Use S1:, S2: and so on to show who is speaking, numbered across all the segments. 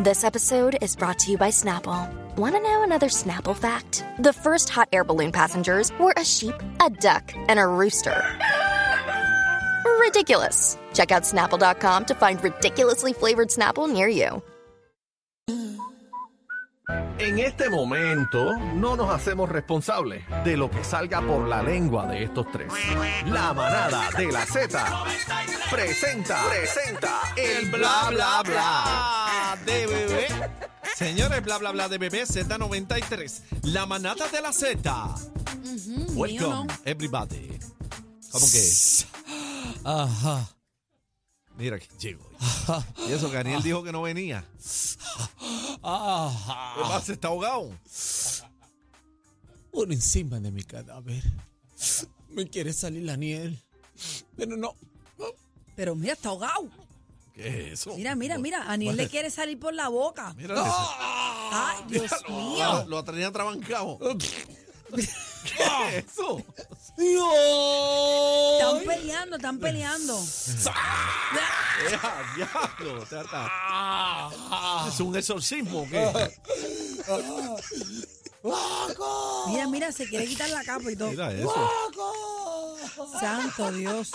S1: This episode is brought to you by Snapple. Want to know another Snapple fact? The first hot air balloon passengers were a sheep, a duck, and a rooster. Ridiculous. Check out snapple.com to find ridiculously flavored Snapple near you.
S2: En este momento no nos hacemos responsables de lo que salga por la lengua de estos tres. La manada de la Z presenta, presenta el bla bla bla.
S3: de bebé. Señores, bla bla bla de bebé Z93. La manada de la Z. Welcome, everybody. ¿Cómo que es?
S4: Ajá.
S3: Mira que llego. Y eso, que Daniel dijo que no venía. ¿Qué
S4: Ajá.
S3: pasa? Está ahogado.
S4: Por encima de mi cadáver. Me quiere salir la nieve. Pero no.
S5: Pero mira, está ahogado.
S3: ¿Qué es eso?
S5: Mira, mira, mira. A Aniel le quiere salir por la boca.
S3: Mira,
S5: Ay, Dios mío.
S3: lo, lo tenía trabancado. ¿Qué es eso?
S5: Están
S4: ¡Dios!
S5: peleando, están peleando.
S3: Ea, diablo, tata.
S2: Ah.
S4: Ajá.
S3: ¿Es un exorcismo o qué?
S4: ¡Paco!
S5: Mira, mira, se quiere quitar la capa y todo.
S3: Mira eh. eso.
S4: ¡Paco!
S5: Santo Dios.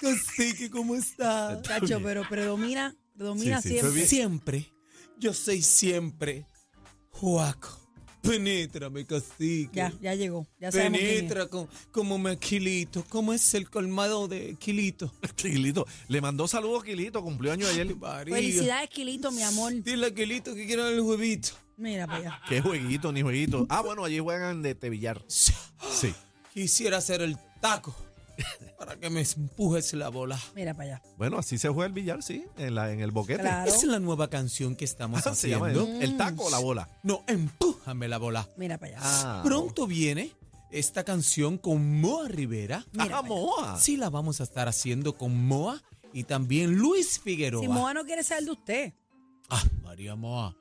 S4: Cacique, ¿cómo estás?
S5: Cacho, pero predomina, predomina
S3: Sí, sí, fue
S5: siempre.
S3: bien.
S4: Siempre. Yo soy siempre. Juaco. Penétrame, cacique.
S5: Ya, ya llegó. Ya sabemos quién es.
S4: Penetra con, como maquilito. ¿Cómo es el colmado de Quilito?
S3: Quilito. Le mandó saludos Quilito, cumplió año ayer.
S4: María.
S5: Felicidades, Quilito, mi amor.
S4: Dile a Quilito que quiero el huevito.
S5: Mira para allá.
S3: Qué jueguito, ni jueguito. Ah, bueno, allí juegan de tebillar. Sí.
S4: Quisiera hacer el taco para que me empujes la bola.
S5: Mira para allá.
S3: Bueno, así se juega el billar, sí, en, la, en el boquete. Ah,
S5: Claro.
S4: Es la nueva canción que estamos
S3: Se llama
S4: haciendo.
S3: el, el taco o la bola.
S4: No, empújame la bola.
S5: Mira para allá.
S3: Ah,
S4: Pronto viene esta canción con Moa Rivera.
S5: Mira,
S3: ah, moa.
S4: Sí la vamos a estar haciendo con Moa y también Luis
S5: Si
S4: Figueroa.
S5: Moa no quiere saber de usted.
S4: Ah, María Moa.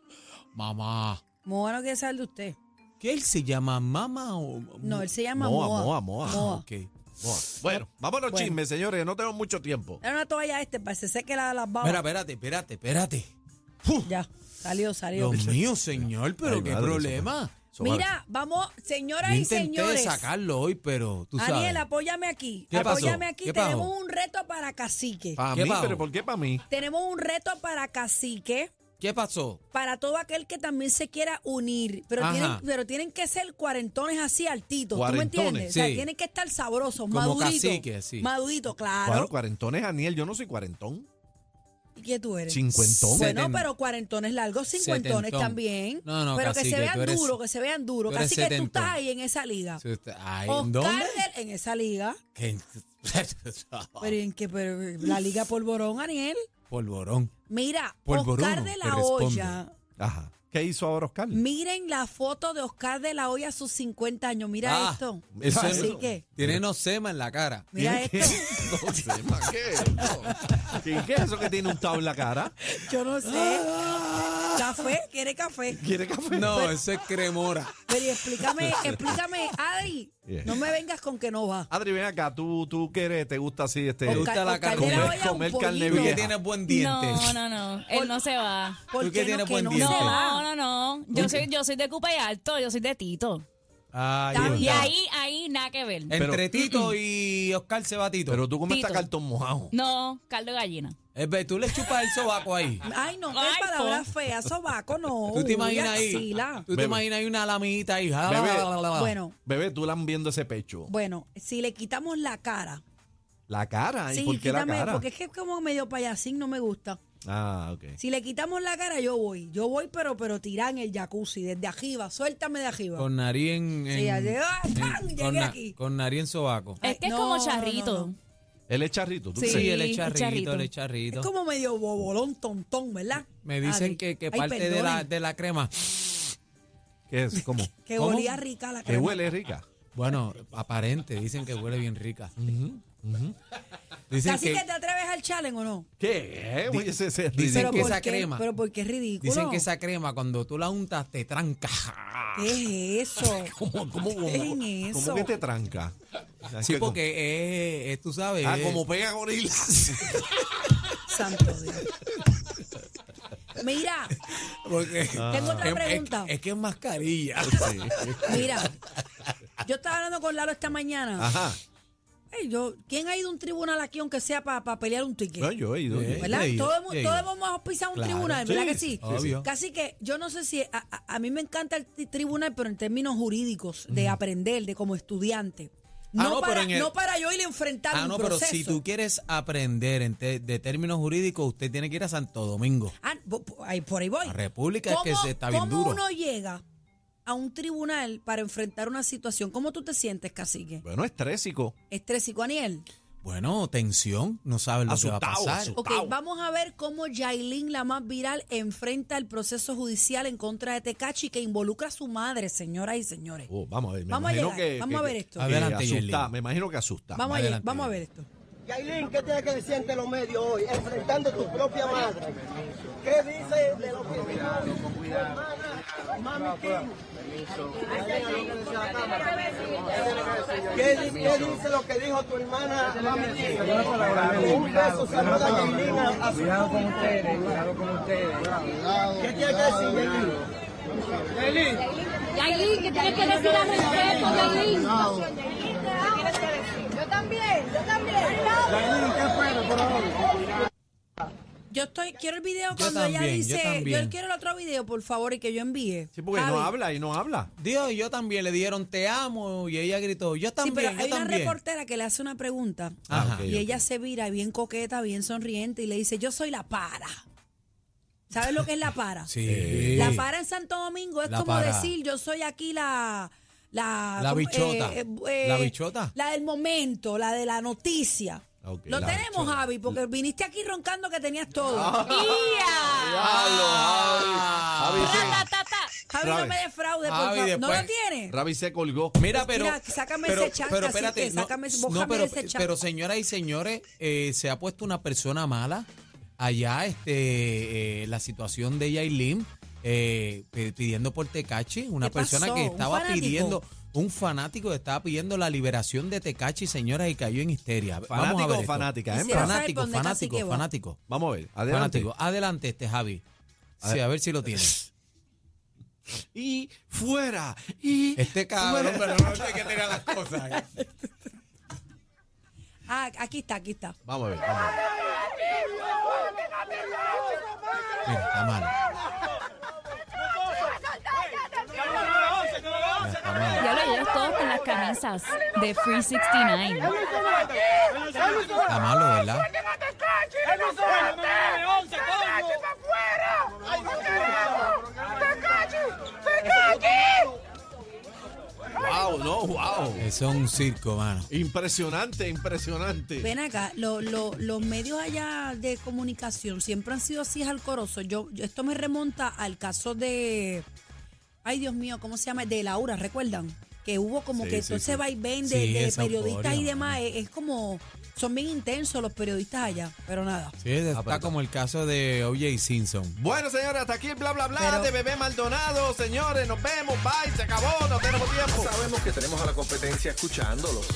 S4: Mamá.
S5: Moa no quiere saber de usted.
S4: ¿Qué él se llama? ¿Mama o...?
S5: No, él se llama
S3: Moa,
S5: Moa.
S3: moa, moa.
S4: Ah,
S5: Moa.
S4: ok.
S3: Moa. Bueno, vamos a los
S5: Bueno.
S3: chismes, señores, que no tenemos mucho tiempo.
S5: Era una toalla este para que se seque la, las babas.
S4: Espera, espérate, espérate, espérate.
S5: Ya, salió, salió.
S4: Dios mío, señor, pero
S3: Ay,
S4: qué
S3: madre,
S4: problema.
S3: Eso vale.
S5: Mira, vamos, señoras
S4: Yo
S5: y
S4: intenté
S5: señores.
S4: sacarlo hoy, pero tú sabes.
S5: Daniel, apóyame aquí.
S4: ¿Qué pasó?
S5: apóyame aquí.
S4: ¿Qué pasó? Ah.
S5: Tenemos un reto para cacique.
S3: Para
S4: ¿Qué
S3: mí,
S4: bajo?
S3: pero ¿por qué para mí?
S5: Tenemos un reto para cacique.
S4: ¿Qué pasó?
S5: Para todo aquel que también se quiera unir. Pero,
S4: Ajá.
S5: tienen, pero tienen que ser cuarentones así altitos. ¿Tú me
S3: Cuarentones,
S5: entiendes? O sea,
S4: sí.
S5: tienen que estar sabrosos,
S4: Como
S5: maduritos.
S4: cacique, sí.
S5: Maduritos, claro.
S3: Claro, cuarentón es Aniel, yo no soy cuarentón.
S5: ¿Y qué tú eres?
S3: Cincuentón.
S5: Bueno,
S4: Seten-
S5: pero cuarentones largos, cincuentones
S4: Setentón.
S5: también.
S4: No, no,
S5: pero que
S4: cacique,
S5: se vean
S4: tú eres-
S5: duro, que se vean duro.
S4: tú eres
S5: Casi que tú
S4: setentón.
S5: estás ahí en esa liga.
S4: Sí, usted- Ay, ¿en
S5: Ah. Oscar
S4: ¿Dónde?
S5: del- en esa liga.
S4: ¿Qué?
S5: Pero en que pero, la Liga Polvorón, Ariel.
S4: Polvorón.
S5: Mira,
S4: Polvorón,
S5: Oscar de
S4: te
S5: la
S4: responde.
S5: Hoya.
S3: Ajá. ¿Qué hizo ahora Oscar?
S5: Miren la foto de Oscar de la Hoya a sus 50 años.
S4: Ah,
S5: Mira esto.
S4: Eso
S3: Mira
S4: es-
S5: Así que,
S4: Tiene nosema en la cara.
S5: mira
S3: ¿Qué?
S5: esto.
S3: No sé, ¿pa' qué? No. ¿Qué, ¿Qué es eso que tiene un tabo en la cara?
S5: Yo no sé.
S4: Ah.
S5: Café, quiere café.
S3: ¿Quiere café?
S4: No, eso es cremora.
S5: Pero y explícame, explícame, Adri.
S3: Yeah.
S5: No me vengas con que no va.
S3: Adri, ven acá, tú, tú qué eres, te gusta así este.
S4: Oscar, gusta la
S5: Oscar de
S4: carne?
S5: la Hoya,
S3: Comer
S5: un
S4: Tú
S3: carne
S5: pollito.
S4: que
S3: vieja.
S4: tienes buen diente.
S6: No, no, no. Él no se va.
S5: ¿Por
S4: Tú
S5: qué
S4: que tienes
S5: no, que
S4: buen
S5: no se
S4: diente.
S5: va?
S6: No, no, no. Yo soy, yo soy de Cupa y Alto, yo soy de Tito.
S4: Ay,
S5: Está
S4: Dios.
S6: Y
S5: Ya.
S6: ahí, ahí, nada que ver.
S5: Eh.
S4: Entre Tito y Oscar se va Tito.
S3: Pero tú comiste
S6: Tito.
S3: cartón mojado.
S6: No, caldo de gallina.
S4: Eh, ve, tú le chupas el sobaco ahí.
S5: Ay, no, qué
S6: Ay,
S5: palabra
S6: po.
S5: fea, sobaco, no.
S4: Tú te
S5: Uy,
S4: imaginas ahí.
S5: axila.
S4: Tú te
S3: Bebé.
S4: imaginas ahí una lamita ahí.
S3: Bebé.
S5: Bueno,
S3: Bebé, tú lambiendo ese pecho.
S5: bueno, si le quitamos la cara.
S3: La cara, ¿y
S5: sí,
S3: por qué la
S5: quítame,
S3: cara?
S5: porque es que como medio payasín no me gusta.
S3: Ah, ok.
S5: Si le quitamos la cara, yo voy. Yo voy, pero, pero tiran el jacuzzi desde arriba. Suéltame de arriba.
S4: Con nariz en. en-
S5: Sí, así, ¡ah, pam! Llegué
S4: con, na-
S5: aquí.
S4: con nariz en sobaco.
S5: Ay,
S6: Es que
S5: no,
S6: es como
S5: no,
S6: charrito.
S5: no.
S3: Él es charrito, ¿tú
S6: Sí.
S3: crees?
S4: Sí, el
S6: el
S4: echarrito,
S6: charrito.
S4: el
S5: Es
S4: echarrito.
S5: como medio bobolón, tontón, ¿verdad?
S4: Me dicen
S5: Adri.
S4: que, que
S5: Ay,
S4: parte de la,
S5: perdonen,
S4: de la crema.
S3: ¿Qué es? ¿Cómo?
S5: Que
S4: ¿Cómo?
S5: olía rica la
S3: que
S5: crema.
S3: huele rica.
S4: Bueno, aparente, dicen que huele bien rica. Dicen
S5: Así
S4: que,
S5: que, te atreves al challenge o no?
S3: ¿Qué? Oye, ese, ese es
S4: Dicen
S3: ridículo.
S4: que
S5: ¿por
S4: esa
S5: qué?
S4: crema-
S5: Pero porque es ridículo.
S4: dicen que esa crema cuando tú la untas te tranca.
S5: ¿Qué es eso?
S3: ¿Cómo, cómo, cómo,
S5: Dejen
S3: cómo
S5: eso.
S3: que te tranca?
S4: Sí,
S3: Que
S4: porque eh, eh, tú sabes.
S3: como- Ah,
S4: eh,
S3: como pega gorila.
S5: Santo Dios. Mira,
S4: Porque Ah. Em, eh,
S5: Tengo otra
S4: es- es-
S5: pregunta.
S4: Es, que es mascarilla.
S5: mira. Yo estaba hablando con Lalo esta mañana.
S3: Ajá.
S5: Ey, yo, ¿Quién ha ido a un tribunal aquí, aunque sea para pelear un ticket?
S3: No, yo he ido.
S4: Eh,
S3: yo he ido.
S5: ¿Verdad?
S4: he ido,
S5: Todos, hemos-
S4: he ido.
S5: todos hemos pisado un
S4: Claro,
S5: tribunal, ¿verdad
S4: sí,
S5: que sí?
S4: obvio.
S5: Casi que yo no sé si a, a- a mí me encanta el ti- tribunal, pero en términos jurídicos, de aprender, de como estudiante. No,
S4: Ah, no, pero
S5: para,
S4: en el-
S5: no para yo ir a enfrentar
S4: Ah,
S5: un
S4: no, pero
S5: proceso.
S4: si tú quieres aprender en te- de términos jurídicos, usted tiene que ir a Santo Domingo.
S5: Ah, bo- po- ahí- por ahí voy.
S4: La República es que
S5: ¿Cómo-
S4: se está bien
S5: ¿Cómo
S4: duro.
S5: uno llega a un tribunal para enfrentar una situación? ¿Cómo tú te sientes, cacique?
S3: Bueno, es trésico.
S5: Estrésico, Aniel.
S4: Bueno, tensión, no sabes lo que va a
S3: Asustado,
S4: pasar.
S3: asustado.
S5: Ok, vamos a ver cómo Yailin, la más viral, enfrenta el proceso judicial en contra de Tecachi que involucra a su madre, señoras y señores.
S3: Oh, vamos a ver. me
S5: Vamos a
S3: imagino
S5: llegar, vamos a ver esto.
S3: que
S4: Adelante,
S3: asusta,
S4: Yerlin.
S3: me imagino que asusta.
S5: vamos, a, lleg-
S4: adelante.
S5: vamos a ver esto.
S7: Yailin, ¿qué tienes que decir ante los medios hoy? Enfrentando tu propia madre. ¿Qué dice de la opinión? Con cuidado, Mami Kim. ¿Qué, di- ¿Qué dice lo que dijo tu hermana Mami Kim? Un beso, saluda a Yailin. Cuidado con ustedes, cuidado con ustedes. ¿Qué tienes que decir, Yailin? Yailin.
S8: Yailin, que tienes que decir al respeto, Yailin. ¿Qué tienes que decir? Yo también, yo también.
S7: Yailin, ¿qué esperas por hoy?
S5: Yo estoy, quiero el video cuando ella
S4: también, yo
S5: dice, yo,
S4: también.
S5: quiero el otro video, por favor, y que yo envíe.
S3: Sí, porque
S5: Javi.
S3: no habla y no habla.
S4: Dios, yo también le dieron te amo y ella gritó, yo
S5: Sí, pero
S4: también,
S5: hay
S4: yo
S5: una
S4: también. Ah,
S5: reportera que le hace una pregunta
S4: Ajá.
S3: ok,
S5: y
S3: ok.
S5: ella se vira bien coqueta, bien sonriente y le dice, yo soy la para. ¿Sabes lo que es la para?
S4: Sí.
S5: La para en Santo Domingo es
S4: La
S5: como
S4: para.
S5: decir, yo soy aquí la... La,
S4: La
S5: ¿cómo? Eh,
S4: bichota. ¿La bichota?
S5: La del momento, la de la noticia.
S3: Ok,
S5: Lo
S3: la
S5: tenemos,
S3: bichota.
S5: Javi, porque viniste aquí roncando que tenías todo.
S4: Ah.
S5: Ah,
S3: Javi, Javi se-
S5: Javi, no
S3: Javi.
S5: me defraude, por
S4: Javi,
S5: favor. ¿No lo
S4: después-
S5: tienes?
S3: Ravi se colgó.
S4: Mira, pero.
S5: Pues Mira, sácame
S4: pero,
S5: ese chat,
S4: pero
S5: cacique,
S4: espérate, no,
S5: sácame ese-
S4: no,
S5: bójame
S4: pero,
S5: ese chat.
S4: pero señoras y señores, eh, se ha puesto una persona mala allá, este, eh, la situación de Yailin, eh, pi- pidiendo por Tecachi, una
S5: ¿Qué pasó?
S4: persona que
S5: ¿Un
S4: estaba
S5: fanático?
S4: pidiendo, un fanático que estaba pidiendo la liberación de Tecachi, señoras, y cayó en histeria. Vamos a
S3: Fanático
S4: ver
S3: o
S4: esto.
S3: fanática, ¿eh?
S5: Quisiera saber
S4: Fanático,
S5: por dónde
S4: fanático,
S5: Cacique va.
S4: fanático,
S3: Vamos a ver. Adelante.
S4: fanático. Adelante este Javi. Sí, a ver si lo tiene.
S3: Y fuera. Y
S4: Este cabrón, pero no sé qué tenía las cosas.
S5: Ah, aquí está, aquí está.
S3: Vamos a ver. vamos a ver.
S4: Mira, está mal.
S6: Ya lo ellos todos con las camisas de Free 69.
S4: Está malo, ¿verdad?
S3: Wow, no, wow.
S4: Eso es un circo, mano.
S3: Impresionante, impresionante.
S5: Ven acá, lo- lo- los medios allá de comunicación siempre han sido así alcorosos. Yo, yo- esto me remonta al caso de, ay Dios mío, ¿cómo se llama? De Laura, ¿recuerdan? Que hubo como
S3: Sí,
S5: que
S3: sí,
S5: entonces
S3: sí.
S5: va y ven de,
S4: Sí,
S5: de
S4: esa
S5: periodistas y
S4: euforia,
S5: demás.
S4: mano.
S5: Es, es como, son bien intensos los periodistas allá, pero nada.
S4: Sí, está como el caso de O.J. Simpson.
S3: Bueno, señores, hasta aquí el bla bla bla
S5: Pero-
S3: de bebé Maldonado. Señores, nos vemos. Bye, se acabó, no tenemos tiempo.
S2: Sabemos que tenemos a la competencia escuchándolos.